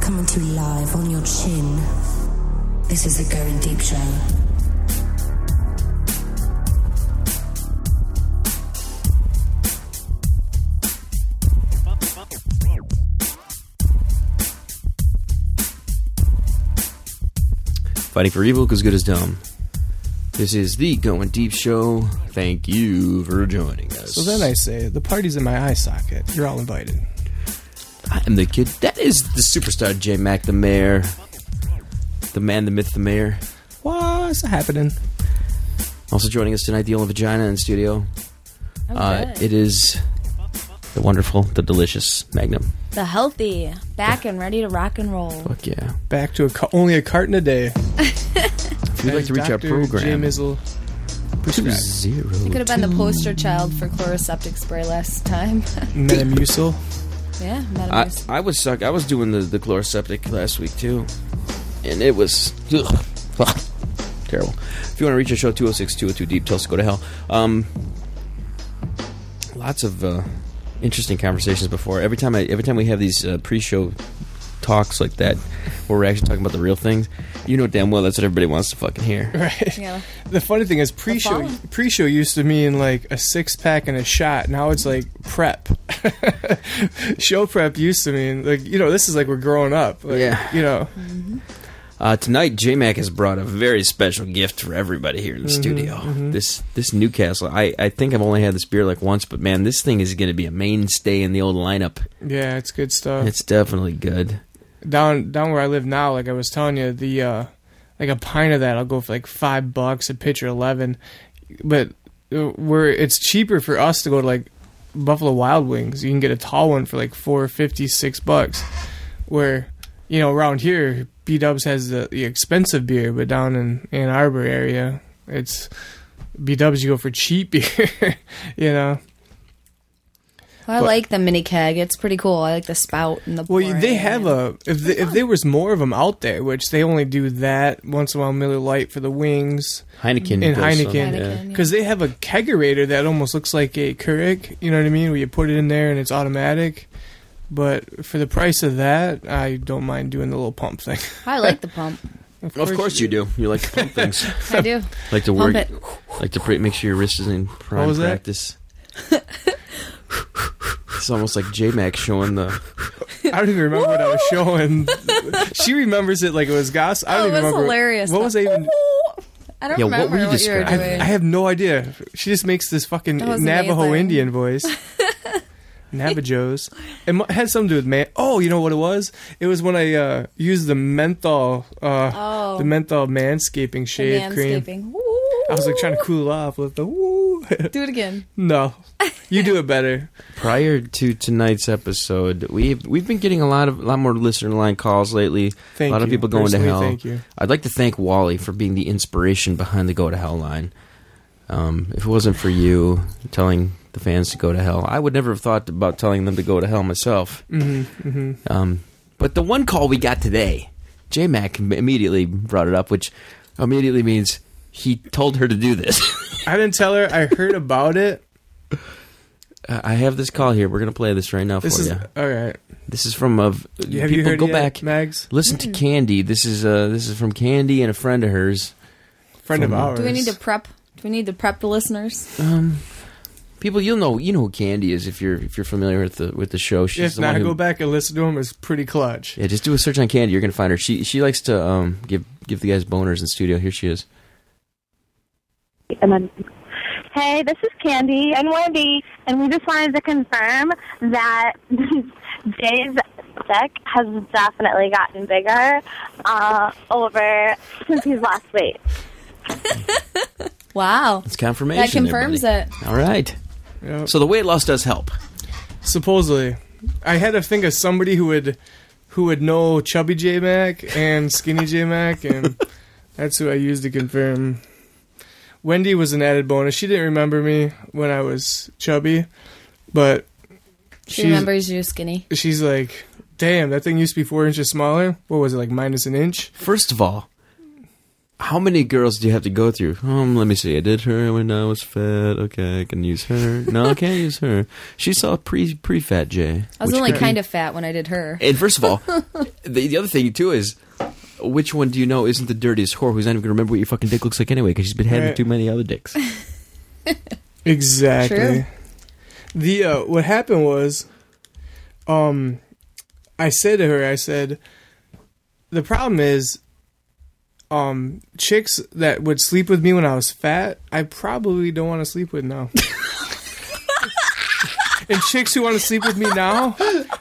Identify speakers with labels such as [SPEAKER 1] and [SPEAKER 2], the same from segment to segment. [SPEAKER 1] coming to you live on your chin. This is the Going Deep Show.
[SPEAKER 2] Fighting for evil, because good is dumb. This is the Going Deep Show. Thank you for joining us.
[SPEAKER 3] So then I say, the party's in my eye socket. You're all invited.
[SPEAKER 2] I am the kid. That is the superstar J Mac, the mayor. The man, the myth, the mayor.
[SPEAKER 3] What's happening?
[SPEAKER 2] Also joining us tonight, the only vagina in studio. Uh, it is the wonderful, the delicious Magnum.
[SPEAKER 4] The healthy, back and ready to rock and roll.
[SPEAKER 2] Fuck yeah.
[SPEAKER 3] Back to a ca- only a carton a day.
[SPEAKER 2] If you'd like to reach our
[SPEAKER 3] J.
[SPEAKER 2] program,
[SPEAKER 3] Mizzle.
[SPEAKER 2] two zero.
[SPEAKER 4] Could have been the poster child for chloroseptic spray last time.
[SPEAKER 3] Metamucil.
[SPEAKER 4] yeah,
[SPEAKER 2] I,
[SPEAKER 4] metamucil.
[SPEAKER 2] I was suck. I was doing the the chloroseptic last week too, and it was ugh, fuck, terrible. If you want to reach our show, 206-202 deep, tell us to go to hell. Um, lots of uh, interesting conversations before. Every time I every time we have these uh, pre-show talks like that, where we're actually talking about the real things, you know damn well that's what everybody wants to fucking hear.
[SPEAKER 3] Right.
[SPEAKER 4] Yeah.
[SPEAKER 3] The funny thing is, pre-show
[SPEAKER 4] following.
[SPEAKER 3] pre-show used to mean like a six pack and a shot. Now it's like prep. Show prep used to mean like you know this is like we're growing up. Like,
[SPEAKER 2] Yeah.
[SPEAKER 3] You know.
[SPEAKER 2] Uh, tonight, J Mac has brought a very special gift for everybody here in the
[SPEAKER 3] Mm-hmm,
[SPEAKER 2] studio. This this Newcastle, I, I think I've only had this beer like once, but man, this thing is going to be a mainstay in the old lineup.
[SPEAKER 3] Yeah, it's good stuff.
[SPEAKER 2] It's definitely good.
[SPEAKER 3] down down where I live now, like I was telling you, the uh like a pint of that I'll go for like five bucks a pitcher eleven, but uh, where it's cheaper for us to go to like Buffalo Wild Wings, you can get a tall one for like four fifty six bucks. Where you know around here, B Dubs has the, the expensive beer, but down in Ann Arbor area, it's B Dubs you go for cheap beer, you know.
[SPEAKER 4] I like the mini keg. It's pretty cool. I like the spout and the.
[SPEAKER 3] Well,
[SPEAKER 4] pouring.
[SPEAKER 3] they have a if they, if there was more of them out there, which they only do that once in a while. Miller Lite for the wings
[SPEAKER 2] Heineken
[SPEAKER 3] and
[SPEAKER 2] does
[SPEAKER 3] Heineken,
[SPEAKER 2] some, yeah.
[SPEAKER 4] Heineken.
[SPEAKER 3] because they have a kegerator that almost looks like a Keurig. You know what I mean? Where you put it in there and it's automatic. But for the price of that, I don't mind doing the little pump thing.
[SPEAKER 4] I like the pump.
[SPEAKER 2] Of course you do. You like to pump things.
[SPEAKER 4] I do.
[SPEAKER 2] like to work.
[SPEAKER 4] Pump it.
[SPEAKER 2] Like to pre- make sure your wrist is in prime
[SPEAKER 3] was that?
[SPEAKER 2] practice. it's almost like J Mac showing the.
[SPEAKER 3] I don't even remember what I was showing. she remembers it like it was gossip. I don't
[SPEAKER 4] Oh, it
[SPEAKER 3] even
[SPEAKER 4] was
[SPEAKER 3] remember
[SPEAKER 4] hilarious.
[SPEAKER 3] What
[SPEAKER 4] The-
[SPEAKER 3] was I even?
[SPEAKER 4] I don't
[SPEAKER 2] Yeah, what
[SPEAKER 4] remember
[SPEAKER 2] were you
[SPEAKER 4] you were
[SPEAKER 2] describing?
[SPEAKER 4] doing.
[SPEAKER 3] I have no idea. She just makes this fucking
[SPEAKER 4] That was
[SPEAKER 3] Navajo
[SPEAKER 4] amazing.
[SPEAKER 3] Indian voice. Navajos. It mu- had something to do with man. Oh, you know what it was? It was when I uh, used the menthol, uh,
[SPEAKER 4] Oh.
[SPEAKER 3] the menthol manscaping
[SPEAKER 4] The
[SPEAKER 3] shave cream.
[SPEAKER 4] manscaping.
[SPEAKER 3] I was like trying to cool off with the woo.
[SPEAKER 4] Do it again.
[SPEAKER 3] no, you do it better.
[SPEAKER 2] Prior to tonight's episode, we've we've been getting a lot of a lot more listener line calls lately.
[SPEAKER 3] Thank
[SPEAKER 2] a lot of
[SPEAKER 3] you.
[SPEAKER 2] people going to
[SPEAKER 3] Personally,
[SPEAKER 2] hell.
[SPEAKER 3] Thank you.
[SPEAKER 2] I'd like to thank Wally for being the inspiration behind the Go to Hell line. Um, if it wasn't for you telling the fans to go to hell, I would never have thought about telling them to go to hell myself.
[SPEAKER 3] Mm-hmm,
[SPEAKER 2] Um, but the one call we got today, J Mac immediately brought it up, which immediately means he told her to do this.
[SPEAKER 3] I didn't tell her. I heard about it.
[SPEAKER 2] Uh, I have this call here. We're gonna play this right now
[SPEAKER 3] This
[SPEAKER 2] for
[SPEAKER 3] is
[SPEAKER 2] you.
[SPEAKER 3] all right.
[SPEAKER 2] This is from of
[SPEAKER 3] Have
[SPEAKER 2] people
[SPEAKER 3] you heard
[SPEAKER 2] go
[SPEAKER 3] it yet,
[SPEAKER 2] back.
[SPEAKER 3] Mags?
[SPEAKER 2] Listen to Candy. This is uh this is from Candy and a friend of hers.
[SPEAKER 3] Friend of
[SPEAKER 2] From-
[SPEAKER 3] ours.
[SPEAKER 4] Do we need to prep? Do we need to prep the listeners?
[SPEAKER 2] Um people you'll know you know who Candy is if you're if you're familiar with the with the show. She's
[SPEAKER 3] If
[SPEAKER 2] the one
[SPEAKER 3] not,
[SPEAKER 2] who,
[SPEAKER 3] go back and listen to him. It's pretty clutch.
[SPEAKER 2] Yeah, just do a search on Candy, you're gonna find her. She she likes to um give give the guys boners in studio. Here she is.
[SPEAKER 5] And then, hey, this is Candy and Wendy, and we just wanted to confirm that Jay's dick has definitely gotten bigger uh, over since he's lost weight.
[SPEAKER 4] Wow.
[SPEAKER 2] It's confirmation.
[SPEAKER 4] That confirms
[SPEAKER 2] everybody.
[SPEAKER 4] it.
[SPEAKER 2] All right.
[SPEAKER 3] Yep.
[SPEAKER 2] So the weight loss does help.
[SPEAKER 3] Supposedly, I had to think of somebody who would who would know chubby J Mac and skinny J Mac, and that's who I used to confirm. Wendy was an added bonus. She didn't remember me when I was chubby, but
[SPEAKER 4] She
[SPEAKER 3] She's-
[SPEAKER 4] remembers you skinny.
[SPEAKER 3] she's like, "Damn, that thing used to be four inches smaller. What was it like, minus an inch?"
[SPEAKER 2] First of all, how many girls do you have to go through? Um, let me see. I did her when I was fat. Okay, I can use her. No, I can't use her. She saw pre pre fat Jay.
[SPEAKER 4] I was
[SPEAKER 2] which
[SPEAKER 4] only
[SPEAKER 2] could be-
[SPEAKER 4] kind of fat when I did her.
[SPEAKER 2] And first of all, the, the other thing too is, which one do you know isn't the dirtiest whore who's not even gonna remember what your fucking dick looks like anyway because she's been having
[SPEAKER 3] Right.
[SPEAKER 2] too many other dicks.
[SPEAKER 3] Exactly.
[SPEAKER 4] True.
[SPEAKER 3] The uh, what happened was, um, I said to her, I said, the problem is, um, chicks that would sleep with me when I was fat, I probably don't want to sleep with now. and chicks who want to sleep with me now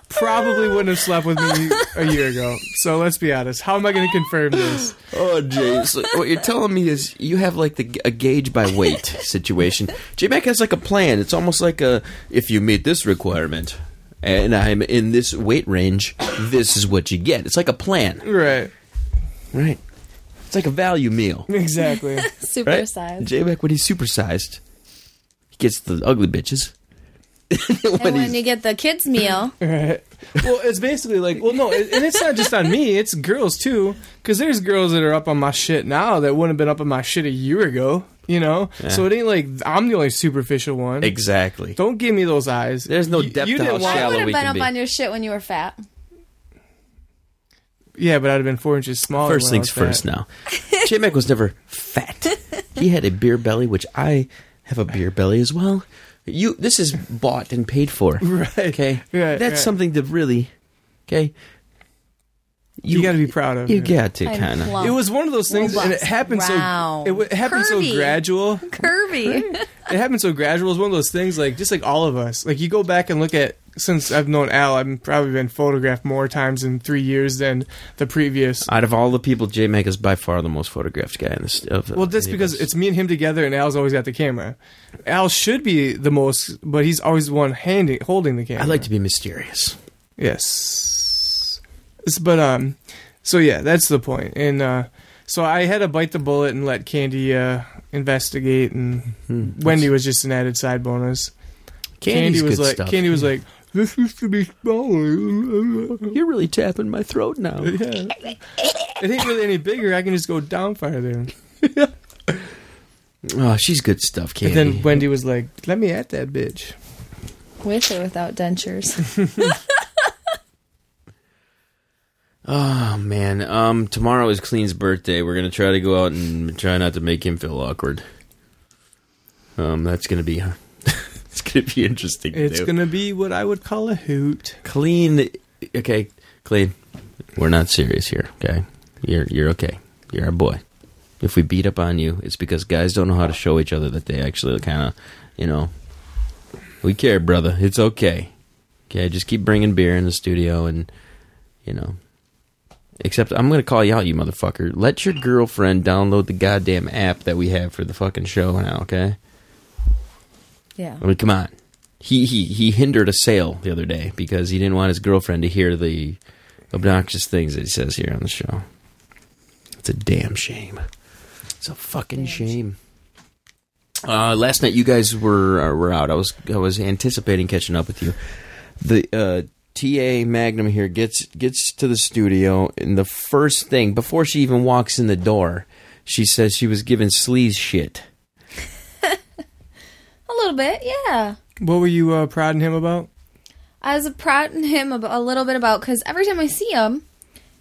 [SPEAKER 3] probably wouldn't have slept with me a year ago. So let's be honest. How am I going to confirm this?
[SPEAKER 2] Oh, Jay. So what you're telling me is you have like the, a gauge by weight situation. J Mac has like a plan. It's almost like a if you meet this requirement and I'm in this weight range, this is what you get. It's like a plan,
[SPEAKER 3] Right.
[SPEAKER 2] right? It's like a value meal,
[SPEAKER 3] Exactly.
[SPEAKER 4] Super
[SPEAKER 2] right?
[SPEAKER 4] size.
[SPEAKER 2] J Mac when he's supersized, he gets the ugly bitches. when
[SPEAKER 4] and when
[SPEAKER 2] he's-
[SPEAKER 4] you get the kids' meal,
[SPEAKER 3] Right. Well, it's basically like, well, no, it, and it's not just on me. It's girls too, because there's girls that are up on my shit now that wouldn't have been up on my shit a year ago. You know, so it ain't like I'm the only superficial one.
[SPEAKER 2] exactly.
[SPEAKER 3] Don't give me those eyes.
[SPEAKER 2] There's no
[SPEAKER 3] You-
[SPEAKER 2] depth
[SPEAKER 3] you
[SPEAKER 2] to
[SPEAKER 3] didn't
[SPEAKER 2] how
[SPEAKER 3] want-
[SPEAKER 4] I
[SPEAKER 2] shallow
[SPEAKER 4] would have
[SPEAKER 2] we
[SPEAKER 4] been
[SPEAKER 2] can
[SPEAKER 4] up
[SPEAKER 2] be.
[SPEAKER 4] on your shit when you were fat.
[SPEAKER 3] Yeah, but I'd have been four inches smaller.
[SPEAKER 2] First
[SPEAKER 3] when I
[SPEAKER 2] things
[SPEAKER 3] was fat.
[SPEAKER 2] first now. J Mac was never fat. He had a beer belly, which I have a beer belly as well. You this is bought and paid for.
[SPEAKER 3] Right.
[SPEAKER 2] Okay.
[SPEAKER 3] Right,
[SPEAKER 2] That's
[SPEAKER 3] right.
[SPEAKER 2] something to really okay.
[SPEAKER 3] You, got to be proud of
[SPEAKER 2] You
[SPEAKER 3] it.
[SPEAKER 2] got to
[SPEAKER 4] I'm
[SPEAKER 2] kind of.
[SPEAKER 4] plump.
[SPEAKER 3] It was one of those things, and it
[SPEAKER 4] Robust.
[SPEAKER 3] happened so
[SPEAKER 4] Wow.
[SPEAKER 3] it, w- it happened so
[SPEAKER 4] Curvy.
[SPEAKER 3] gradual.
[SPEAKER 4] Curvy.
[SPEAKER 3] it happened so gradual. It's one of those things, like just like all of us. Like you go back and look at since I've known Al, I've probably been photographed more times in three years than the previous.
[SPEAKER 2] Out of all the people, J Mac is by far the most photographed guy in this. Of,
[SPEAKER 3] Well, that's
[SPEAKER 2] any of
[SPEAKER 3] because
[SPEAKER 2] us.
[SPEAKER 3] it's me and him together, and Al's always got the camera. Al should be the most, but he's always the one handing holding the camera.
[SPEAKER 2] I like to be mysterious.
[SPEAKER 3] Yes. S- But um so yeah, that's the point. And uh so I had to bite the bullet and let Candy uh investigate and
[SPEAKER 2] Mm-hmm.
[SPEAKER 3] Wendy was just an added side bonus.
[SPEAKER 2] Candy's
[SPEAKER 3] Candy was
[SPEAKER 2] good
[SPEAKER 3] like
[SPEAKER 2] stuff.
[SPEAKER 3] Candy was like this used to be smaller.
[SPEAKER 2] You're really tapping my throat now.
[SPEAKER 3] yeah. It ain't really any bigger. I can just go down farther.
[SPEAKER 2] Oh, she's good stuff, Candy.
[SPEAKER 3] And then Wendy was like, "Let me at that bitch."
[SPEAKER 4] With or without dentures.
[SPEAKER 2] Oh man, um, tomorrow is Clean's birthday. We're gonna try to go out and try not to make him feel awkward. Um, that's gonna be it's gonna be interesting. to
[SPEAKER 3] It's
[SPEAKER 2] do.
[SPEAKER 3] gonna be what I would call a hoot.
[SPEAKER 2] Clean. Okay, Clean. We're not serious here. Okay, you're you're okay. You're our boy. If we beat up on you, it's because guys don't know how to show each other that they actually kind of, you know, we care, brother. It's okay. Okay, just keep bringing beer in the studio and, you know. Except I'm gonna call you out, you motherfucker. Let your girlfriend download the goddamn app that we have for the fucking show now. Okay.
[SPEAKER 4] Yeah.
[SPEAKER 2] I mean, come on. He he he hindered a sale the other day because he didn't want his girlfriend to hear the obnoxious things that he says here on the show. It's a damn shame. It's a fucking shame. Uh, last night you guys were uh, were out. I was I was anticipating catching up with you. The uh, TA Magnum here gets gets to the studio, and the first thing before she even walks in the door, she says she was given sleaze shit.
[SPEAKER 4] A little bit, yeah.
[SPEAKER 3] What were you uh, prodding him about?
[SPEAKER 4] I was prodding him ab- a little bit about because every time I see him,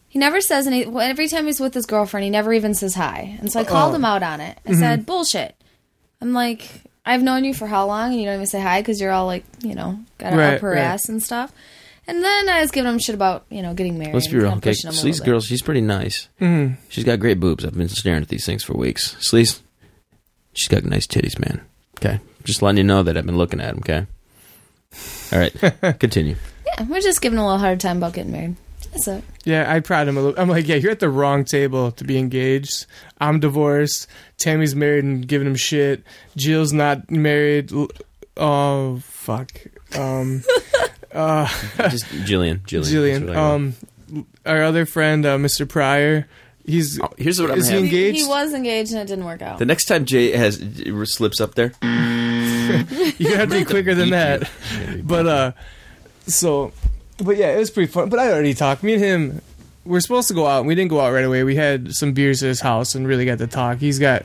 [SPEAKER 4] he never says any. well, Every time he's with his girlfriend, he never even says hi. And so I called him out on it. I
[SPEAKER 3] Mm-hmm.
[SPEAKER 4] said, "Bullshit." I'm like, "I've known you for how long, and you don't even say hi because you're all like, you know, got
[SPEAKER 3] Right,
[SPEAKER 4] up her
[SPEAKER 3] right.
[SPEAKER 4] ass and stuff." And then I was giving him shit about you know getting married.
[SPEAKER 2] Let's be
[SPEAKER 4] and
[SPEAKER 2] real.
[SPEAKER 4] kinda
[SPEAKER 2] Okay,
[SPEAKER 4] pushing him a
[SPEAKER 2] Sleaze
[SPEAKER 4] little
[SPEAKER 2] girl, she's pretty nice. Mm.
[SPEAKER 3] Mm-hmm.
[SPEAKER 2] She's got great boobs. I've been staring at these things for weeks. Sleaze, she's got nice titties, man. Okay, just letting you know that I've been looking at them. Okay. All right, continue.
[SPEAKER 4] bit. Yeah, we're just giving him a little hard time about getting married. That's it.
[SPEAKER 3] Yeah, I proud him a little. I'm like, yeah, you're at the wrong table to be engaged. I'm divorced. Tammy's married and giving him shit. Jill's not married. L- Oh fuck. Um,
[SPEAKER 2] Just Jillian, Jillian, that's
[SPEAKER 3] Jillian.
[SPEAKER 2] what I want.
[SPEAKER 3] Um, our other friend, uh, Mr. Pryor. He's
[SPEAKER 2] Oh, here's what I'm
[SPEAKER 3] is he
[SPEAKER 2] having.
[SPEAKER 4] He-
[SPEAKER 3] engaged?
[SPEAKER 4] He was engaged and it didn't work out.
[SPEAKER 2] the next time Jay has slips up there,
[SPEAKER 3] you gotta be quicker than that. But uh, so, but yeah, it was pretty fun. But I already talked. Me and him, we're supposed to go out, and we didn't go out right away. We had some beers at his house and really got to talk. He's got,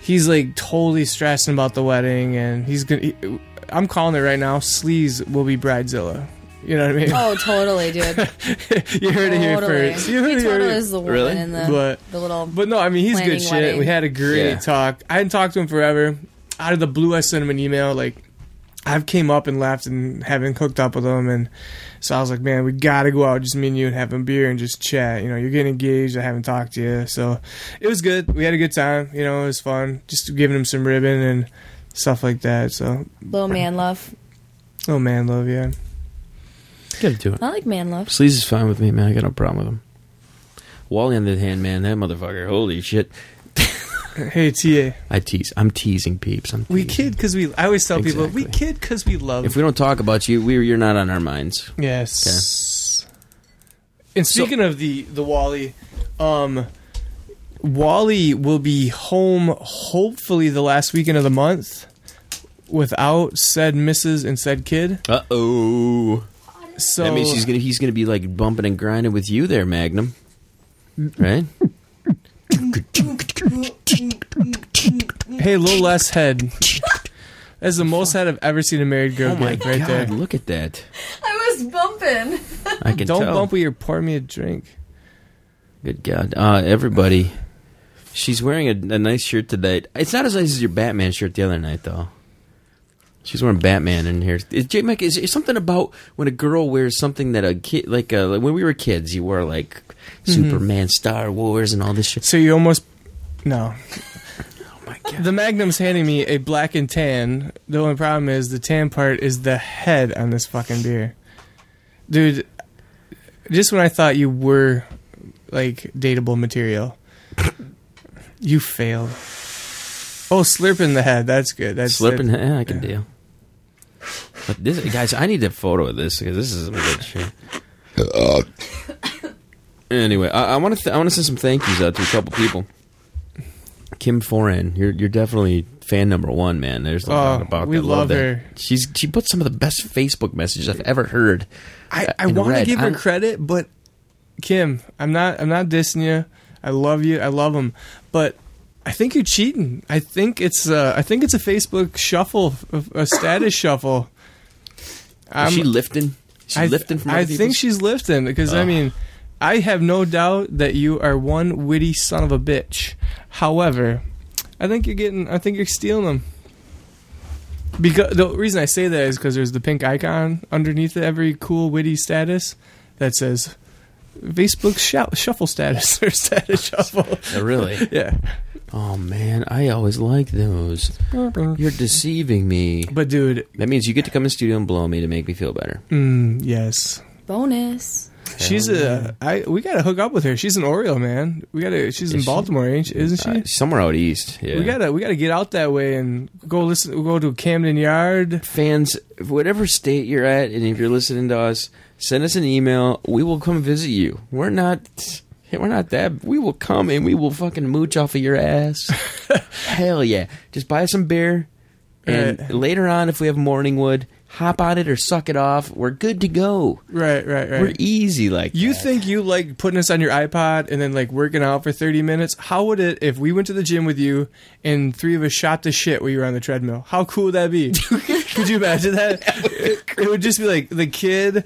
[SPEAKER 3] he's like totally stressing about the wedding, and he's gonna. he- I'm calling it right now. Sleaze will be bridezilla. You know what I mean?
[SPEAKER 4] Oh, totally, dude.
[SPEAKER 3] you heard it here
[SPEAKER 4] totally.
[SPEAKER 3] first. You heard
[SPEAKER 4] he
[SPEAKER 3] it here.
[SPEAKER 4] totally is the woman
[SPEAKER 2] Really?
[SPEAKER 4] in the,
[SPEAKER 3] But-
[SPEAKER 4] the little.
[SPEAKER 3] But no, I mean he's
[SPEAKER 4] planning
[SPEAKER 3] good shit.
[SPEAKER 4] wedding.
[SPEAKER 3] We had a great
[SPEAKER 2] Yeah.
[SPEAKER 3] talk. I hadn't talked to him forever. Out of the blue, I sent him an email like I've came up and left and haven't hooked up with him, and so I was like, man, we gotta go out, just me and you, and have a beer and just chat. You know, you're getting engaged. I haven't talked to you, so it was good. We had a good time. You know, it was fun. Just giving him some ribbon and stuff like that. So,
[SPEAKER 4] Little man love.
[SPEAKER 3] oh man, love yeah.
[SPEAKER 2] Gotta do it.
[SPEAKER 4] I like man love.
[SPEAKER 2] Sleaze is fine with me, man. I got no problem with him. Wally, on the other hand, man, that motherfucker, holy shit.
[SPEAKER 3] Hey, Ta,
[SPEAKER 2] I tease. I'm teasing peeps. I'm
[SPEAKER 3] we
[SPEAKER 2] teasing.
[SPEAKER 3] kid because we. I always tell people we
[SPEAKER 2] Exactly.
[SPEAKER 3] kid because we love.
[SPEAKER 2] If we don't talk about you, we, you're not on our minds.
[SPEAKER 3] Yes. And speaking of the the Wally, um, Wally will be home hopefully the last weekend of the month without said Mrs. and said kid.
[SPEAKER 2] Uh oh.
[SPEAKER 3] So
[SPEAKER 2] that means he's gonna he's gonna be like bumping and grinding with you there, Magnum. Right?
[SPEAKER 3] hey, a little less head. That's the most head I've ever seen a married girl get right
[SPEAKER 2] Oh God,
[SPEAKER 3] there.
[SPEAKER 2] look at that.
[SPEAKER 4] I was bumping.
[SPEAKER 2] I can
[SPEAKER 3] Don't
[SPEAKER 2] tell.
[SPEAKER 3] bump with your pour me a drink.
[SPEAKER 2] Good God. Uh, everybody. She's wearing a, a nice shirt today. It's not as nice as your Batman shirt the other night, though. She's wearing Batman in here. Is, Jay Mike, is, is something about when a girl wears something that a kid, like, uh, like when we were kids, you wore like
[SPEAKER 3] Mm-hmm.
[SPEAKER 2] Superman, Star Wars, and all this shit.
[SPEAKER 3] So you almost no.
[SPEAKER 2] Oh my God.
[SPEAKER 3] The Magnum's handing me a black and tan. The only problem is the tan part is the head on this fucking beer. Dude, just when I thought you were like dateable material, you failed. Oh, slurping the head. That's good. That's
[SPEAKER 2] Slipping,
[SPEAKER 3] That,
[SPEAKER 2] yeah, I can deal. But this, guys, I need a photo of this because this is some good shit.
[SPEAKER 3] Uh.
[SPEAKER 2] anyway, I want to I want to send some thank yous out to a couple people. Kim Foran, you're you're definitely fan number one, man. There's no
[SPEAKER 3] Oh,
[SPEAKER 2] doubt about
[SPEAKER 3] we
[SPEAKER 2] that.
[SPEAKER 3] love
[SPEAKER 2] that.
[SPEAKER 3] her.
[SPEAKER 2] She's she put some of the best Facebook messages I've ever heard.
[SPEAKER 3] I, I
[SPEAKER 2] and
[SPEAKER 3] want to
[SPEAKER 2] uh, red.
[SPEAKER 3] give her
[SPEAKER 2] I'm-
[SPEAKER 3] credit, but Kim, I'm not. I'm not dissing you. I love you. I love him, but. I think you're cheating. I think it's uh, I think it's a Facebook shuffle, a, a status shuffle.
[SPEAKER 2] Is she lifting? Is she
[SPEAKER 3] I th-
[SPEAKER 2] lifting from other
[SPEAKER 3] I think
[SPEAKER 2] people's-
[SPEAKER 3] she's lifting because I
[SPEAKER 2] Ugh.
[SPEAKER 3] mean, I have no doubt that you are one witty son of a bitch. However, I think you're getting. I think you're stealing them. Because the reason I say that is because there's the pink icon underneath every cool witty status that says Facebook shou- shuffle status or status shuffle.
[SPEAKER 2] Oh, really.
[SPEAKER 3] yeah,
[SPEAKER 2] Oh man, I always like those. You're deceiving me.
[SPEAKER 3] but dude,
[SPEAKER 2] That means you get to come in studio and blow me to make me feel better.
[SPEAKER 3] mm, yes.
[SPEAKER 4] Bonus.
[SPEAKER 3] She's a. I we gotta hook up with her. She's an Oreo man. We gotta. She's in
[SPEAKER 2] she?
[SPEAKER 3] Baltimore, ain't she? isn't she?
[SPEAKER 2] Uh, somewhere out east. Yeah.
[SPEAKER 3] We gotta we gotta get out that way and go listen. Go to Camden Yard.
[SPEAKER 2] fans, whatever state you're at, and if you're listening to us, send us an email. We will come visit you. We're not. We're not that. We will come and we will fucking mooch off of your ass. Hell yeah! Just buy some beer, and
[SPEAKER 3] Right.
[SPEAKER 2] later on, if we have morning wood, hop on it or suck it off. We're good to go.
[SPEAKER 3] Right, right, right.
[SPEAKER 2] We're easy like
[SPEAKER 3] you
[SPEAKER 2] that.
[SPEAKER 3] think you like putting us on your iPod and then like working out for thirty minutes? How would it if we went to the gym with you and three of us shot the shit while you were on the treadmill? How cool would that be? Could you imagine that? it, it would just be like the kid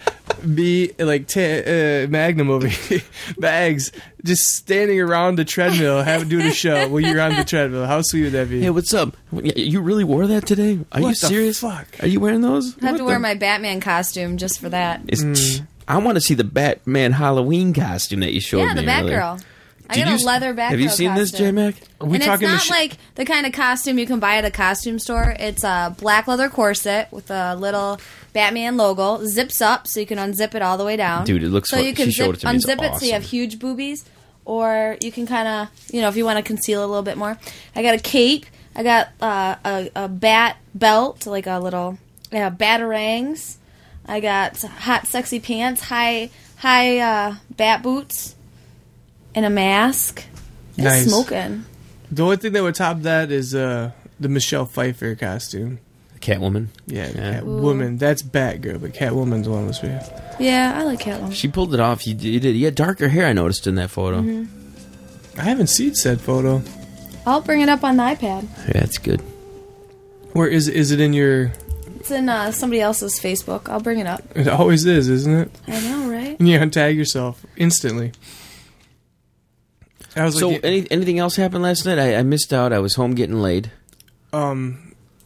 [SPEAKER 3] be like ta uh, Magnum over here, bags just standing around the treadmill, having doing a show while you're on the treadmill. How sweet would that be?
[SPEAKER 2] Hey, what's up? You really wore that today? Are
[SPEAKER 3] What
[SPEAKER 2] you
[SPEAKER 3] the
[SPEAKER 2] serious?
[SPEAKER 3] fuck?
[SPEAKER 2] Are you wearing those?
[SPEAKER 4] I have
[SPEAKER 2] What
[SPEAKER 4] to
[SPEAKER 2] the-
[SPEAKER 4] wear my Batman costume just for that.
[SPEAKER 2] It's,
[SPEAKER 3] Hmm.
[SPEAKER 2] I want to see the Batman Halloween costume that you showed
[SPEAKER 4] Yeah, the
[SPEAKER 2] me. earlier.
[SPEAKER 4] Batgirl. I
[SPEAKER 2] Did
[SPEAKER 4] got a
[SPEAKER 2] you-
[SPEAKER 4] leather Batgirl.
[SPEAKER 2] Have you seen this, J
[SPEAKER 4] costume.
[SPEAKER 2] Mac?
[SPEAKER 3] we
[SPEAKER 4] and it's
[SPEAKER 3] talking to
[SPEAKER 4] not
[SPEAKER 3] sh-
[SPEAKER 4] like the kind of costume you can buy at a costume store. It's a black leather corset with a little Batman logo. Zips up so you can unzip it all the way down.
[SPEAKER 2] Dude, it looks
[SPEAKER 4] so
[SPEAKER 2] fu-
[SPEAKER 4] you can
[SPEAKER 2] she
[SPEAKER 4] zip,
[SPEAKER 2] showed it to me. It's
[SPEAKER 4] unzip it so you have
[SPEAKER 2] awesome.
[SPEAKER 4] huge boobies, or you can kind of you know if you want to conceal it a little bit more. I got a cape. I got uh, a, a bat belt, like a little yeah, batarangs. I got hot, sexy pants, high high uh, bat boots, and a mask. It's
[SPEAKER 3] Nice.
[SPEAKER 4] Smoking.
[SPEAKER 3] The only thing that would top that is uh, the Michelle Pfeiffer costume.
[SPEAKER 2] Catwoman.
[SPEAKER 3] Yeah,
[SPEAKER 2] Yeah.
[SPEAKER 3] Catwoman. That's Batgirl, but Catwoman's the one that's weird.
[SPEAKER 4] Yeah, I like Catwoman.
[SPEAKER 2] She pulled it off. He did. He, did. he had darker hair. I noticed in that photo.
[SPEAKER 4] Mm-hmm.
[SPEAKER 3] I haven't seen said photo.
[SPEAKER 4] I'll bring it up on the iPad.
[SPEAKER 2] Yeah, that's good.
[SPEAKER 3] Where is is it in your?
[SPEAKER 4] It's in uh, somebody else's Facebook. I'll bring it up.
[SPEAKER 3] It always is, isn't it?
[SPEAKER 4] I know, right?
[SPEAKER 3] You untag yourself instantly. I was
[SPEAKER 2] So,
[SPEAKER 3] like,
[SPEAKER 2] any, anything else happened last night? I, I missed out. I was home getting laid.
[SPEAKER 3] um,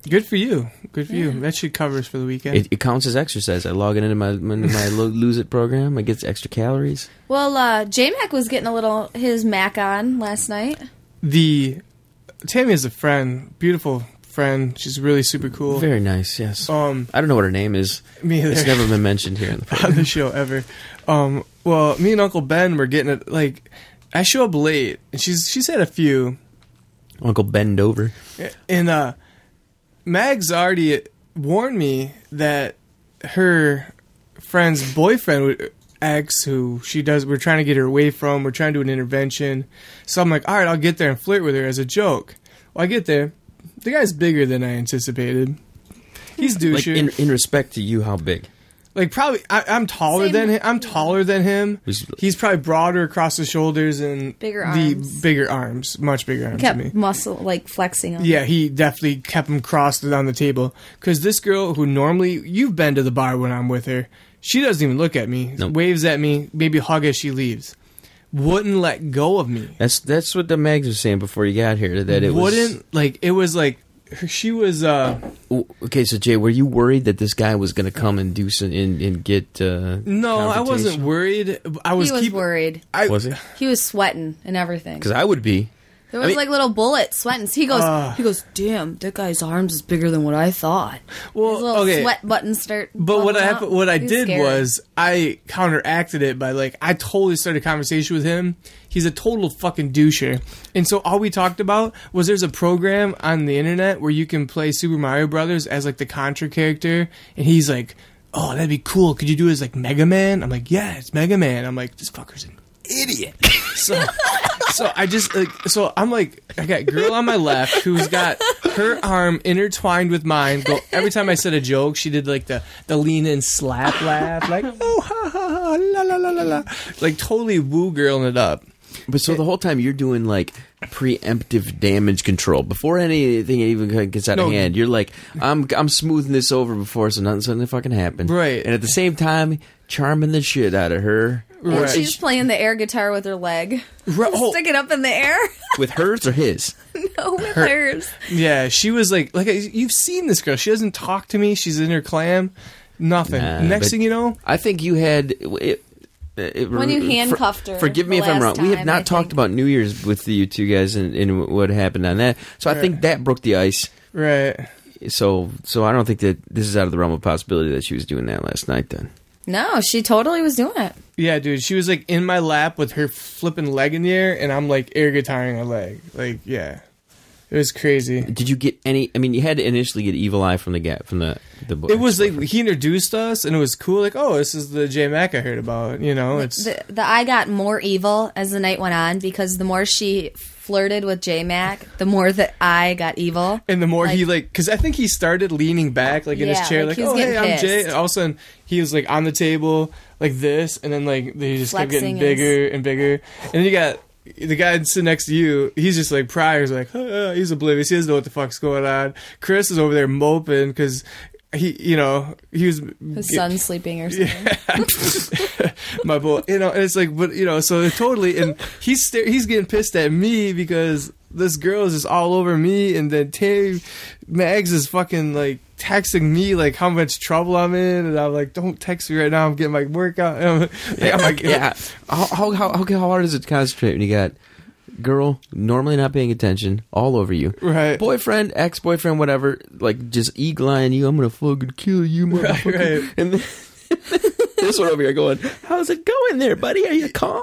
[SPEAKER 3] good for you. Good for you. That should cover us for the weekend.
[SPEAKER 2] It, it counts as exercise. I log it into my into my lo- lose it program. I get extra calories.
[SPEAKER 4] Well, uh, J Mac was getting a little his Mac on last night.
[SPEAKER 3] the Tammy is a friend, beautiful friend. She's really super cool.
[SPEAKER 2] Very nice. Yes.
[SPEAKER 3] um,
[SPEAKER 2] I don't know what her name is.
[SPEAKER 3] me
[SPEAKER 2] It's
[SPEAKER 3] either.
[SPEAKER 2] never been mentioned here. In the
[SPEAKER 3] on the show ever. Um, well, me and Uncle Ben were getting it. Like, I show up late, and she's she's had a few,
[SPEAKER 2] Uncle Bend over.
[SPEAKER 3] and uh, Mag's already warned me that her friend's boyfriend would ex who she does we're trying to get her away from we're trying to do an intervention so i'm like all right i'll get there and flirt with her as a joke well i get there the guy's bigger than i anticipated he's
[SPEAKER 2] Like
[SPEAKER 3] douchey
[SPEAKER 2] in, in respect to you, how big?
[SPEAKER 3] like probably I, I'm taller
[SPEAKER 4] Same-
[SPEAKER 3] than him. I'm taller than him.
[SPEAKER 2] He's-
[SPEAKER 3] He's probably broader across the shoulders and
[SPEAKER 4] Bigger
[SPEAKER 3] the
[SPEAKER 4] arms.
[SPEAKER 3] bigger arms, much bigger arms
[SPEAKER 4] Kept
[SPEAKER 3] than me.
[SPEAKER 4] muscle like flexing on.
[SPEAKER 3] Yeah, he definitely kept him crossed on the table because this girl who normally you've been to the bar when I'm with her, she doesn't even look at me,
[SPEAKER 2] Nope.
[SPEAKER 3] waves at me, maybe hug as she leaves, wouldn't let go of me.
[SPEAKER 2] That's that's what the mags was saying before you got here. That it
[SPEAKER 3] wouldn't like it was like her- she was uh
[SPEAKER 2] was. Okay, so Jay, were you worried that this guy was going to come and do some and, and get? Uh,
[SPEAKER 3] no i wasn't worried i was,
[SPEAKER 4] he was
[SPEAKER 3] keep-
[SPEAKER 4] worried.
[SPEAKER 3] I,
[SPEAKER 2] Was he?
[SPEAKER 4] He was sweating and everything.
[SPEAKER 2] Because I would be.
[SPEAKER 4] There was
[SPEAKER 2] mean-
[SPEAKER 4] like little bullets sweating. He goes,
[SPEAKER 3] Ah.
[SPEAKER 4] he goes, damn, that guy's arms is bigger than what I thought.
[SPEAKER 3] well
[SPEAKER 4] His little
[SPEAKER 3] okay
[SPEAKER 4] sweat buttons start.
[SPEAKER 3] But what I
[SPEAKER 4] bubbling
[SPEAKER 3] hap-
[SPEAKER 4] up.
[SPEAKER 3] what I
[SPEAKER 4] He
[SPEAKER 3] did
[SPEAKER 4] scared.
[SPEAKER 3] was I counteracted it by like I totally started a conversation with him. He's a total fucking doucher. And so all we talked about was there's a program on the internet where you can play Super Mario Brothers as like the Contra character and he's like, "Oh, that'd be cool. Could you do it as like Mega Man?" I'm like, "Yeah, it's Mega Man." I'm like, "This fucker's an idiot." So so I just like so I'm like I got girl on my left who's got her arm intertwined with mine. Go every time I said a joke, she did like the the lean and slap laugh, like oh ha ha ha la la la la la, like totally woo girling it up.
[SPEAKER 2] But so the whole time you're doing like preemptive damage control before anything even gets out
[SPEAKER 3] No.
[SPEAKER 2] of hand. You're like, I'm I'm smoothing this over before so nothing suddenly fucking happened.
[SPEAKER 3] Right.
[SPEAKER 2] And at the same time, charming the shit out of her
[SPEAKER 4] And
[SPEAKER 3] Right.
[SPEAKER 4] she's playing the air guitar with her leg,
[SPEAKER 3] Right, oh,
[SPEAKER 4] stick it up in the air.
[SPEAKER 2] with hers or his.
[SPEAKER 4] no, with hers.
[SPEAKER 3] yeah, she was like like you've seen this girl. She doesn't talk to me. She's in her clam. Nothing.
[SPEAKER 2] Nah,
[SPEAKER 3] Next
[SPEAKER 2] Uh, but
[SPEAKER 3] thing you know,
[SPEAKER 2] I think you had. It, it-
[SPEAKER 4] When you
[SPEAKER 2] for-
[SPEAKER 4] handcuffed her
[SPEAKER 2] Forgive me
[SPEAKER 4] the
[SPEAKER 2] if I'm wrong.
[SPEAKER 4] last
[SPEAKER 2] we have
[SPEAKER 4] time,
[SPEAKER 2] not
[SPEAKER 4] I
[SPEAKER 2] talked
[SPEAKER 4] think.
[SPEAKER 2] about New Year's with you two guys and, and what happened on that. So I think that broke the ice.
[SPEAKER 3] right?
[SPEAKER 2] So so I don't think that this is out of the realm of possibility that she was doing that last night. Then
[SPEAKER 4] No, she totally was doing it.
[SPEAKER 3] Yeah, dude, she was like in my lap with her flipping leg in the air, and I'm like air guitaring her leg. Like, yeah, it was crazy.
[SPEAKER 2] did you get any? I mean, you had to initially get evil eye from the guy from the the. boy.
[SPEAKER 3] It was like he introduced us, and it was cool. Like, oh, this is the J Mac I heard about. You know, it's
[SPEAKER 4] The, the eye got more evil as the night went on because the more she flirted with J Mac, the more the eye got evil.
[SPEAKER 3] and the more he
[SPEAKER 4] like-
[SPEAKER 3] like, because I think he started leaning back like in
[SPEAKER 4] Yeah,
[SPEAKER 3] his chair, like,
[SPEAKER 4] like, he was
[SPEAKER 3] oh hey,
[SPEAKER 4] getting
[SPEAKER 3] I'm Jay,
[SPEAKER 4] pissed.
[SPEAKER 3] and all of a sudden he was like on the table like this, and then like he just kept getting
[SPEAKER 4] Flexing his-
[SPEAKER 3] bigger and bigger, and then you got. The guy sitting next to you, he's just like Pryor's like, "Huh," he's oblivious. He doesn't know what the fuck's going on. Chris is over there moping because he, you know, he was
[SPEAKER 4] His son's sleeping or something.
[SPEAKER 3] my boy. You know, and it's like, but you know, so totally, and he's sta- he's getting pissed at me because this girl is just all over me, and then Terry Mags is fucking like texting me like how much trouble I'm in, and I'm like, don't text me right now. I'm getting my workout. And I'm like, yeah, I'm like,
[SPEAKER 2] yeah. How how how how hard is it to concentrate when you got girl normally not paying attention all over you,
[SPEAKER 3] Right.
[SPEAKER 2] Boyfriend, ex boyfriend, whatever, like just eagle eyeing you. I'm gonna fucking kill you, motherfucker.
[SPEAKER 3] right.
[SPEAKER 2] And then, this one over here going, how's it going there, buddy? Are you calm?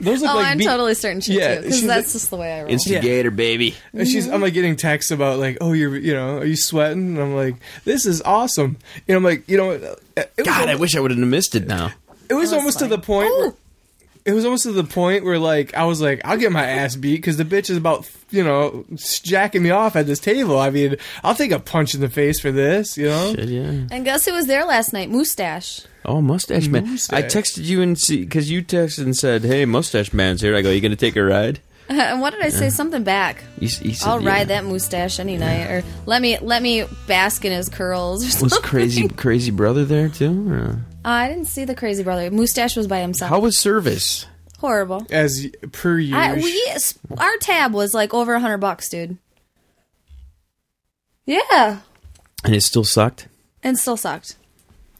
[SPEAKER 3] Those look
[SPEAKER 4] Oh,
[SPEAKER 3] like
[SPEAKER 4] I'm
[SPEAKER 3] beat-
[SPEAKER 4] totally certain she
[SPEAKER 3] Yeah,
[SPEAKER 4] too because
[SPEAKER 3] she's
[SPEAKER 4] that's
[SPEAKER 3] like-
[SPEAKER 4] just the way I roll.
[SPEAKER 2] Instigator, baby.
[SPEAKER 3] And she's, I'm like getting texts about like, oh, you're, you know, are you sweating? And I'm like, this is awesome. And I'm like, you know, it was,
[SPEAKER 2] God, I wish I would have missed it now.
[SPEAKER 3] it was
[SPEAKER 4] That was "Oh."
[SPEAKER 3] almost to
[SPEAKER 4] fine.
[SPEAKER 3] the point. where-
[SPEAKER 4] Ooh,
[SPEAKER 3] it was almost to the point where like I was like, I'll get my ass beat because the bitch is about you know jacking me off at this table. I mean, I'll take a punch in the face for this, you know.
[SPEAKER 2] Shit, yeah.
[SPEAKER 4] And guess who was there last night? Mustache.
[SPEAKER 2] Oh, mustache man! I
[SPEAKER 3] Mustache.
[SPEAKER 2] texted you and see because you texted and said, "Hey, mustache man's here." I go, "You gonna take a ride?"
[SPEAKER 4] and what did I say? Something back.
[SPEAKER 2] You, s- you said,
[SPEAKER 4] I'll
[SPEAKER 2] yeah.
[SPEAKER 4] ride that mustache any night, or let me let me bask in his curls. Or something.
[SPEAKER 2] Was crazy crazy brother there too? or-
[SPEAKER 4] Uh, I didn't see the crazy brother. Mustache was by himself.
[SPEAKER 2] How was service?
[SPEAKER 4] Horrible.
[SPEAKER 3] As per usual,
[SPEAKER 4] I, we s- our tab was like over a hundred bucks, dude. Yeah,
[SPEAKER 2] And it still sucked.
[SPEAKER 4] and still sucked.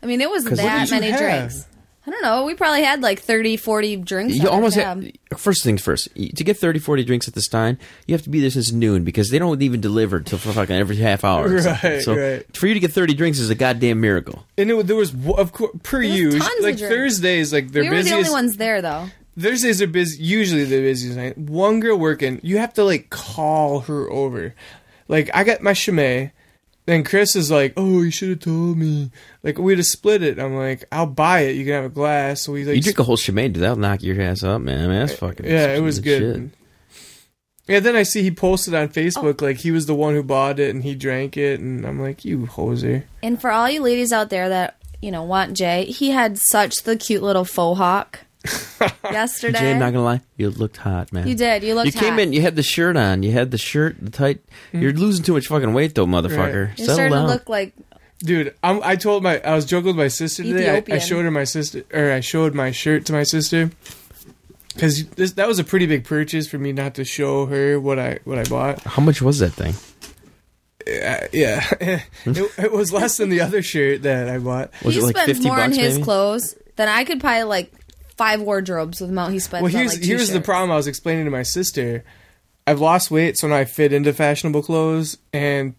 [SPEAKER 4] I mean, it was
[SPEAKER 2] 'Cause what
[SPEAKER 4] that
[SPEAKER 3] did you
[SPEAKER 4] many
[SPEAKER 3] have?
[SPEAKER 4] drinks. I don't know. We probably had like 30, 40 drinks.
[SPEAKER 2] You
[SPEAKER 4] on our
[SPEAKER 2] almost
[SPEAKER 4] tab.
[SPEAKER 2] had, first things first. y- To get 30, 40 drinks at the Stein, you have to be there since noon because they don't even deliver till for fucking every half hour. or something.
[SPEAKER 3] Right,
[SPEAKER 2] so
[SPEAKER 3] right.
[SPEAKER 2] for you to get thirty drinks is a goddamn miracle.
[SPEAKER 3] and it, there was of course per
[SPEAKER 4] was
[SPEAKER 3] usual
[SPEAKER 4] tons of
[SPEAKER 3] like
[SPEAKER 4] drinks.
[SPEAKER 3] Thursdays like they're
[SPEAKER 4] we were
[SPEAKER 3] busiest.
[SPEAKER 4] the only ones there, though.
[SPEAKER 3] Thursdays are busy. Usually the busiest night. One girl working, you have to like call her over. Like I got my shemay, then Chris is like, "Oh, you should have told me." Like we'd have split it. I'm like, "I'll buy it. You can have a glass." So we like,
[SPEAKER 2] You drink a whole shemay, dude. That'll knock your ass up, man. I mean, that's fucking.
[SPEAKER 3] yeah, it
[SPEAKER 2] some
[SPEAKER 3] was good.
[SPEAKER 2] shit.
[SPEAKER 3] Yeah, then I see he posted on Facebook like he was the one who bought it and he drank it, and I'm like, "You hoser."
[SPEAKER 4] And for all you ladies out there that you know want Jay, he had such the cute little faux hawk yesterday.
[SPEAKER 2] Jay, I'm not gonna lie, you looked hot, man.
[SPEAKER 4] You did. You looked
[SPEAKER 2] You came
[SPEAKER 4] hot.
[SPEAKER 2] in. You had the shirt on. You had the shirt, the tight.
[SPEAKER 3] Mm-hmm.
[SPEAKER 2] You're losing too much fucking weight, though, motherfucker.
[SPEAKER 4] You're
[SPEAKER 2] Settle
[SPEAKER 4] starting
[SPEAKER 2] down.
[SPEAKER 4] to look like
[SPEAKER 3] Dude, I'm, I told my I was joking with my sister today. I, I
[SPEAKER 4] Ethiopian.
[SPEAKER 3] showed her my sister, or I showed my shirt to my sister, because that was a pretty big purchase for me not to show her what I what I bought.
[SPEAKER 2] How much was that thing?
[SPEAKER 3] Uh, yeah, it, it was less than the other shirt that I bought.
[SPEAKER 2] Was
[SPEAKER 4] he
[SPEAKER 2] it like
[SPEAKER 4] spends
[SPEAKER 2] 50
[SPEAKER 4] more on
[SPEAKER 2] bucks,
[SPEAKER 4] his
[SPEAKER 2] maybe?
[SPEAKER 4] clothes than I could buy like five wardrobes with the amount he spends.
[SPEAKER 3] Well,
[SPEAKER 4] on,
[SPEAKER 3] here's
[SPEAKER 4] like,
[SPEAKER 3] here's the
[SPEAKER 4] t-shirts.
[SPEAKER 3] problem. I was explaining to my sister, I've lost weight, so now I fit into fashionable clothes, and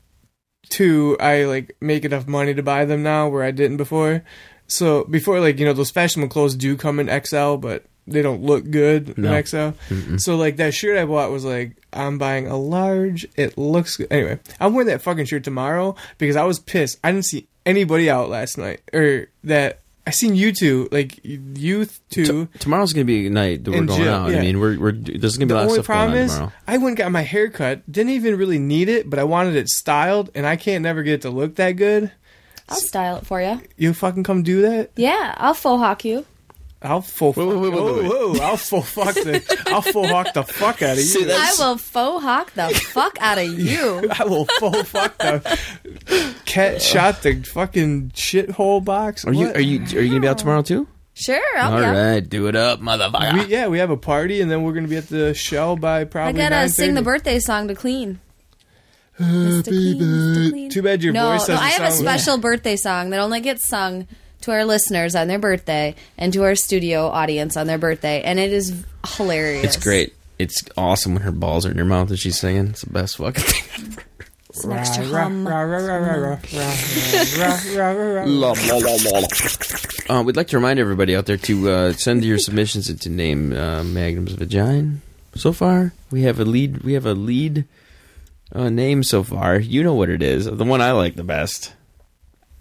[SPEAKER 3] two, I like make enough money to buy them now where I didn't before. So before, like you know, those fashionable clothes do come in XL, but they don't look good
[SPEAKER 2] No.
[SPEAKER 3] in XL. So like that shirt I bought was like I'm buying a large. It looks good. anyway. I'm wearing that fucking shirt tomorrow because I was pissed. I didn't see anybody out last night or that. I seen you two, like you two.
[SPEAKER 2] T- tomorrow's gonna be a night that we're
[SPEAKER 3] And
[SPEAKER 2] going
[SPEAKER 3] Jill,
[SPEAKER 2] out. I
[SPEAKER 3] yeah.
[SPEAKER 2] mean, we're we're there's gonna be a
[SPEAKER 3] The
[SPEAKER 2] lot of
[SPEAKER 3] only
[SPEAKER 2] stuff going
[SPEAKER 3] problem
[SPEAKER 2] on
[SPEAKER 3] is,
[SPEAKER 2] tomorrow.
[SPEAKER 3] I went and got my hair cut. Didn't even really need it, but I wanted it styled, and I can't never get it to look that good.
[SPEAKER 4] I'll style it for you.
[SPEAKER 3] You fucking come do that?
[SPEAKER 4] Yeah, I'll faux hawk you.
[SPEAKER 3] I'll full fuck.
[SPEAKER 2] wait, wait, wait,
[SPEAKER 3] whoa,
[SPEAKER 2] wait.
[SPEAKER 3] whoa, I'll full fuck the. I'll full fuck the fuck out of you.
[SPEAKER 2] See,
[SPEAKER 4] I
[SPEAKER 2] that's-
[SPEAKER 4] will faux hawk the fuck out of you.
[SPEAKER 3] I will full fuck the. Cat shot the fucking shithole box.
[SPEAKER 2] Are you
[SPEAKER 3] What? Oh,
[SPEAKER 2] are you are you gonna be out tomorrow too?
[SPEAKER 4] Sure, I'll
[SPEAKER 2] All
[SPEAKER 4] be
[SPEAKER 2] right,
[SPEAKER 4] up.
[SPEAKER 2] do it up,
[SPEAKER 3] We,
[SPEAKER 2] motherfucker.
[SPEAKER 3] yeah, we have a party, and then we're gonna be at the shell by
[SPEAKER 4] I
[SPEAKER 3] probably. eh?
[SPEAKER 4] gotta sing the
[SPEAKER 3] 9:30.
[SPEAKER 4] birthday song to Clean. Mr. Clean, Mr. Clean.
[SPEAKER 3] Too bad your
[SPEAKER 4] no,
[SPEAKER 3] voice
[SPEAKER 4] no,
[SPEAKER 3] doesn't
[SPEAKER 4] I have a
[SPEAKER 3] sound like-
[SPEAKER 4] special birthday song that only gets sung to our listeners on their birthday and to our studio audience on their birthday, and it is hilarious.
[SPEAKER 2] It's great. It's awesome when her balls are in her mouth and she's singing. It's the best fucking thing.
[SPEAKER 4] It's an extra
[SPEAKER 3] Rah,
[SPEAKER 4] hum.
[SPEAKER 3] rah, rah, rah, rah, rah, rah, rah, rah, rah, rah.
[SPEAKER 2] Uh, we'd like to remind everybody out there to uh, send your submissions into name uh, Magnum's Vagina. So far, we have a lead. We have a lead uh, name so far. You know what it is. The one I like the best.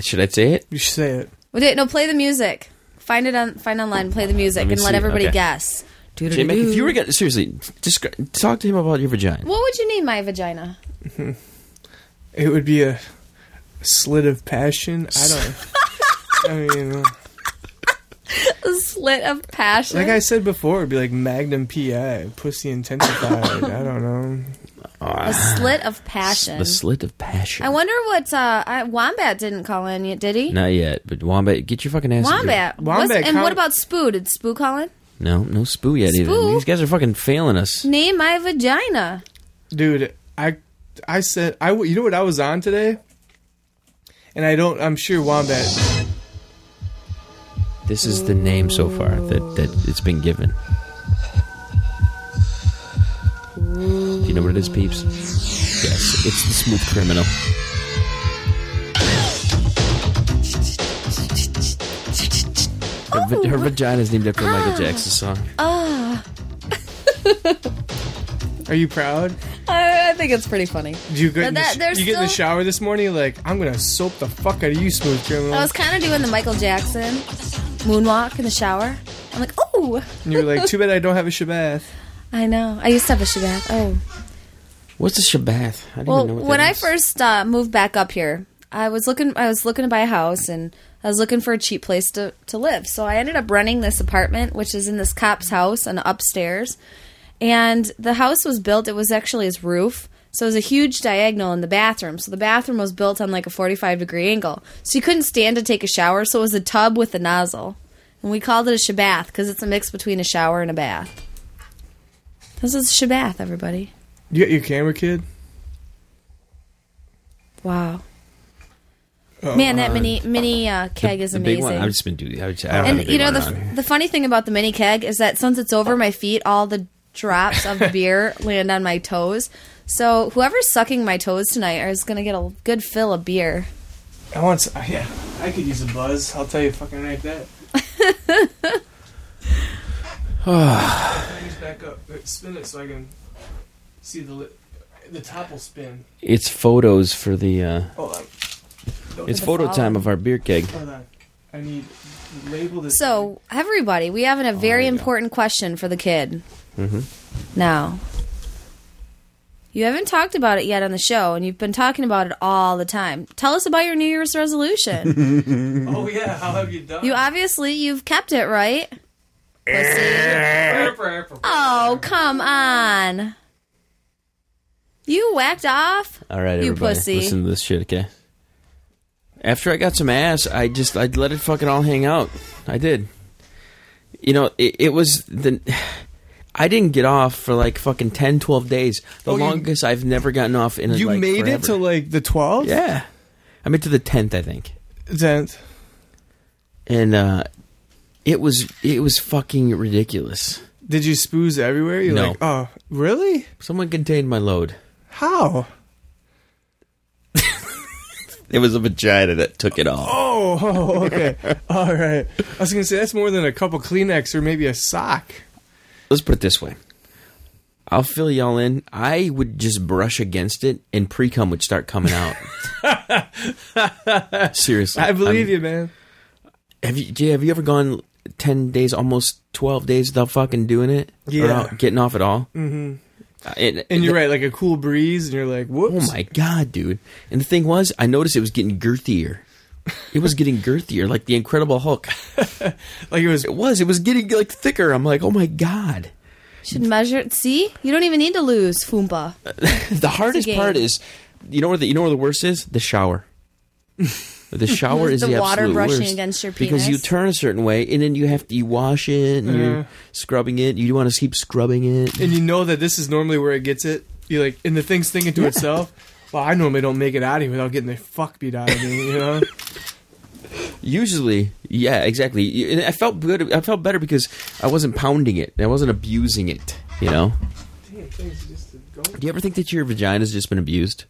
[SPEAKER 2] Should I say it?
[SPEAKER 3] You should say it.
[SPEAKER 4] Wait, no, play the music. Find it on find online. Play the music
[SPEAKER 2] Let me
[SPEAKER 4] and let
[SPEAKER 2] see.
[SPEAKER 4] everybody
[SPEAKER 2] Okay.
[SPEAKER 4] guess.
[SPEAKER 2] Jay Mac, if you were gonna seriously, descri- talk to him about your vagina.
[SPEAKER 4] What would you name my vagina?
[SPEAKER 3] It would be a slit of passion. I don't. I mean, uh,
[SPEAKER 4] The slit of passion.
[SPEAKER 3] like I said before, it'd be like Magnum PI, pussy intensified. I don't know.
[SPEAKER 4] a slit of passion.
[SPEAKER 2] The Ah, slit of passion.
[SPEAKER 4] I wonder what uh, I, Wombat didn't call in yet, did he?
[SPEAKER 2] Not yet, but Wombat, get your fucking ass. in here.
[SPEAKER 4] Wombat.
[SPEAKER 3] Wombat
[SPEAKER 4] Was- and
[SPEAKER 3] call-
[SPEAKER 4] what about Spoo? Did Spoo call in?
[SPEAKER 2] No, no spoo yet either.
[SPEAKER 4] Spoo?
[SPEAKER 2] These guys are fucking failing us.
[SPEAKER 4] Name my vagina.
[SPEAKER 3] dude. I I said I. w- You know what I was on today? And I don't. I'm sure Wombat.
[SPEAKER 2] This is the name so far that, that it's been given. Do you know what it is, peeps? Yes, it's the smooth criminal. Her,
[SPEAKER 4] Oh.
[SPEAKER 2] va- her vagina is named after a
[SPEAKER 4] Ah.
[SPEAKER 2] Michael Jackson song.
[SPEAKER 3] Are you proud?
[SPEAKER 4] I, I think it's pretty funny.
[SPEAKER 3] Do you get in
[SPEAKER 4] But that-
[SPEAKER 3] the, sh-
[SPEAKER 4] there's
[SPEAKER 3] you get in the
[SPEAKER 4] still-
[SPEAKER 3] shower this morning? Like I'm gonna soap the fuck out of you, smooth criminal.
[SPEAKER 4] I was kind of doing the Michael Jackson moonwalk in the shower. I'm like, oh,
[SPEAKER 3] And you're like, too bad I don't have a Shabbat.
[SPEAKER 4] I know. I used to have a Shabbat. Oh,
[SPEAKER 2] What's a Shabbat? I didn't
[SPEAKER 4] well,
[SPEAKER 2] even know what that
[SPEAKER 4] when I
[SPEAKER 2] is.
[SPEAKER 4] first uh, moved back up here, I was looking. I was looking to buy a house, and I was looking for a cheap place to to live. So I ended up renting this apartment, which is in this cop's house and upstairs. And the house was built. It was actually his roof. So it was a huge diagonal in the bathroom. So the bathroom was built on like a 45 degree angle. So you couldn't stand to take a shower. So it was a tub with a nozzle. And we called it a shabath because it's a mix between a shower and a bath. This is shabath, everybody.
[SPEAKER 3] You got your camera, kid?
[SPEAKER 4] Wow. Man, that mini mini uh, keg is
[SPEAKER 2] the
[SPEAKER 4] amazing.
[SPEAKER 2] Big one. I've just been doing. I, just, I don't have a
[SPEAKER 4] and
[SPEAKER 2] big
[SPEAKER 4] you know
[SPEAKER 2] one
[SPEAKER 4] the
[SPEAKER 2] on here.
[SPEAKER 4] the funny thing about the mini keg is that since it's over my feet, all the drops of beer land on my toes. So whoever's sucking my toes tonight is gonna get a good fill of beer.
[SPEAKER 3] I want. s- uh, Yeah, I could use a buzz. I'll tell you fucking right that. Things back up. Wait, Spin it so I can see the li- the top will spin.
[SPEAKER 2] It's photos for the. Uh,
[SPEAKER 3] Hold on,
[SPEAKER 2] it's
[SPEAKER 4] the
[SPEAKER 2] photo
[SPEAKER 4] fall.
[SPEAKER 2] time of our beer keg.
[SPEAKER 3] hold on. I need label this.
[SPEAKER 4] So everybody, we
[SPEAKER 2] Oh,
[SPEAKER 4] have an- a very important question for the kid. Mm-hmm. Now, you haven't talked about it yet on the show, and you've been talking about it all the time. Tell us about your New Year's resolution.
[SPEAKER 3] Oh yeah, how have you done?
[SPEAKER 4] You obviously you've kept it right.
[SPEAKER 2] Eh.
[SPEAKER 4] Pussy. Oh come on! You whacked off.
[SPEAKER 2] All right,
[SPEAKER 4] You
[SPEAKER 2] everybody,
[SPEAKER 4] pussy.
[SPEAKER 2] listen to this shit, okay? After I got some ass, I just I let it fucking all hang out. I did. You know, it, it was the. I didn't get off for like fucking 10, 12 days. The
[SPEAKER 3] Oh, you-
[SPEAKER 2] longest I've never gotten off in.
[SPEAKER 3] you
[SPEAKER 2] like,
[SPEAKER 3] made it
[SPEAKER 2] forever.
[SPEAKER 3] to like the 12th?
[SPEAKER 2] yeah. I made it to the tenth, I think,
[SPEAKER 3] 10th.
[SPEAKER 2] and uh, it was it was fucking ridiculous.
[SPEAKER 3] Did you spooze everywhere? You're
[SPEAKER 2] No.
[SPEAKER 3] like, oh, really?
[SPEAKER 2] Someone contained my load.
[SPEAKER 3] How?
[SPEAKER 2] It was a vagina that took it all.
[SPEAKER 3] Oh, oh, okay. All right. I was going to say, that's more than a couple Kleenex or maybe a sock.
[SPEAKER 2] let's put it this way. I'll fill y'all in. I would just brush against it, and pre cum would start coming out. Seriously,
[SPEAKER 3] I
[SPEAKER 2] I'm-
[SPEAKER 3] believe you, man.
[SPEAKER 2] Have you Jay, have you ever gone ten days, almost twelve days without fucking doing it? Or
[SPEAKER 3] Yeah.
[SPEAKER 2] not getting off at all. Mm-hmm. And,
[SPEAKER 3] And you're right, like a cool breeze, and you're like, whoops.
[SPEAKER 2] Oh my god, dude! And the thing was, I noticed it was getting girthier. It was getting girthier, like the Incredible Hulk.
[SPEAKER 3] Like it was.
[SPEAKER 2] It was. It was getting like thicker. I'm like, oh my god.
[SPEAKER 4] Should measure it. See, you don't even need to lose, Fumba.
[SPEAKER 2] The hardest
[SPEAKER 4] game.
[SPEAKER 2] part is, you know where the you know where the worst is the shower. The shower is the,
[SPEAKER 4] The water
[SPEAKER 2] absolute
[SPEAKER 4] brushing
[SPEAKER 2] worst
[SPEAKER 4] against your
[SPEAKER 2] because you
[SPEAKER 4] penis.
[SPEAKER 2] turn a certain way and then you have to you wash it and
[SPEAKER 3] Yeah.
[SPEAKER 2] you're scrubbing it. You want to keep scrubbing it.
[SPEAKER 3] And you know that this is normally where it gets it. You like, and the thing's thinking to itself, well, I normally don't make it out of here without getting the fuck beat out of me, you know?
[SPEAKER 2] Usually, yeah, exactly. You- And I felt good. I felt better because I wasn't pounding it. I wasn't abusing it. You know. Do you ever think that your vagina's just been abused?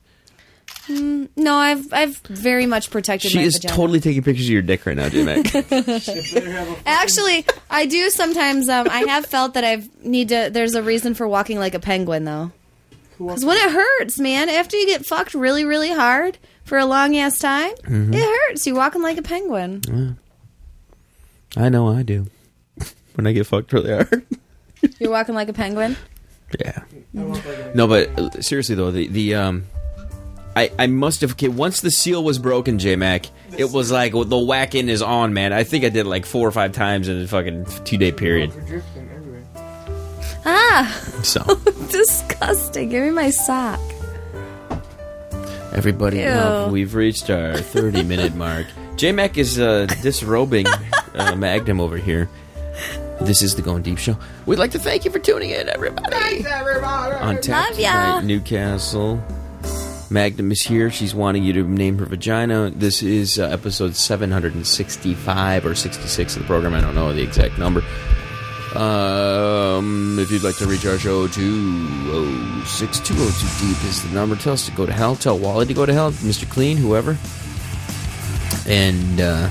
[SPEAKER 4] No, I've I've very much protected
[SPEAKER 2] She
[SPEAKER 4] my
[SPEAKER 2] is
[SPEAKER 4] vagina.
[SPEAKER 2] totally taking pictures of your dick right now, J Mac.
[SPEAKER 4] Actually, I do sometimes. Um, I have felt that I've need to. There's a reason for walking like a penguin, though. Because when it hurts, man, after you get fucked really, really hard for a long ass time,
[SPEAKER 2] Mm-hmm.
[SPEAKER 4] it hurts. You're walking like a penguin.
[SPEAKER 2] Mm. I know I do. When I get fucked really hard.
[SPEAKER 4] You're walking like a penguin.
[SPEAKER 2] Yeah. No, but uh, seriously though, the the um, I I must have okay, once the seal was broken, J Mac. It was like well, the whacking is on, man. I think I did like four or five times in a fucking two day period.
[SPEAKER 4] Ah,
[SPEAKER 2] So
[SPEAKER 4] disgusting. Give me my sock.
[SPEAKER 2] everybody, love,
[SPEAKER 4] Ew.
[SPEAKER 2] we've reached our thirty minute mark. J Mac is uh, disrobing uh, Magnum over here. This is the Going Deep Show. We'd like to thank you for tuning in, everybody. On tap
[SPEAKER 4] Love ya.
[SPEAKER 2] tonight, Newcastle. Magnum is here. She's wanting you to name her vagina. This is uh, episode 765 or 66 of the program. I don't know the exact number. Um, if you'd like to reach our show, 206 202 Deep is the number. Tell us to go to hell. Tell Wally to go to hell. Mr. Clean, whoever. And uh,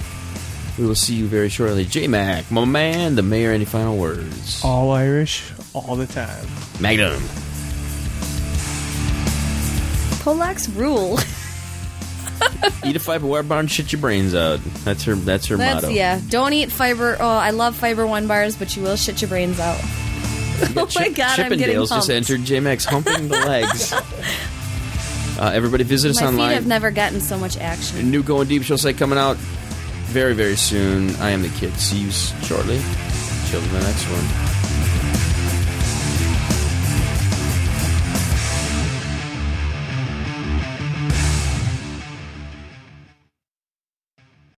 [SPEAKER 2] we will see you very shortly. J Mac, my man, the mayor. Any final words?
[SPEAKER 3] All Irish, all the time.
[SPEAKER 2] Magnum.
[SPEAKER 4] Polacks rule.
[SPEAKER 2] Eat a fiber wire bar and shit your brains out. That's her. That's her
[SPEAKER 4] That's
[SPEAKER 2] motto.
[SPEAKER 4] yeah. Don't eat fiber. Oh, I love fiber one bars, but you will shit your brains out. oh my
[SPEAKER 2] Chip-
[SPEAKER 4] god, I'm getting
[SPEAKER 2] Chippendales
[SPEAKER 4] pumped.
[SPEAKER 2] just entered JMX, humping the legs. Uh, everybody, visit us
[SPEAKER 4] My feet
[SPEAKER 2] online.
[SPEAKER 4] have never gotten so much action.
[SPEAKER 2] New Going Deep show site coming out very, very soon. I am the kid. See you shortly. Till the next one.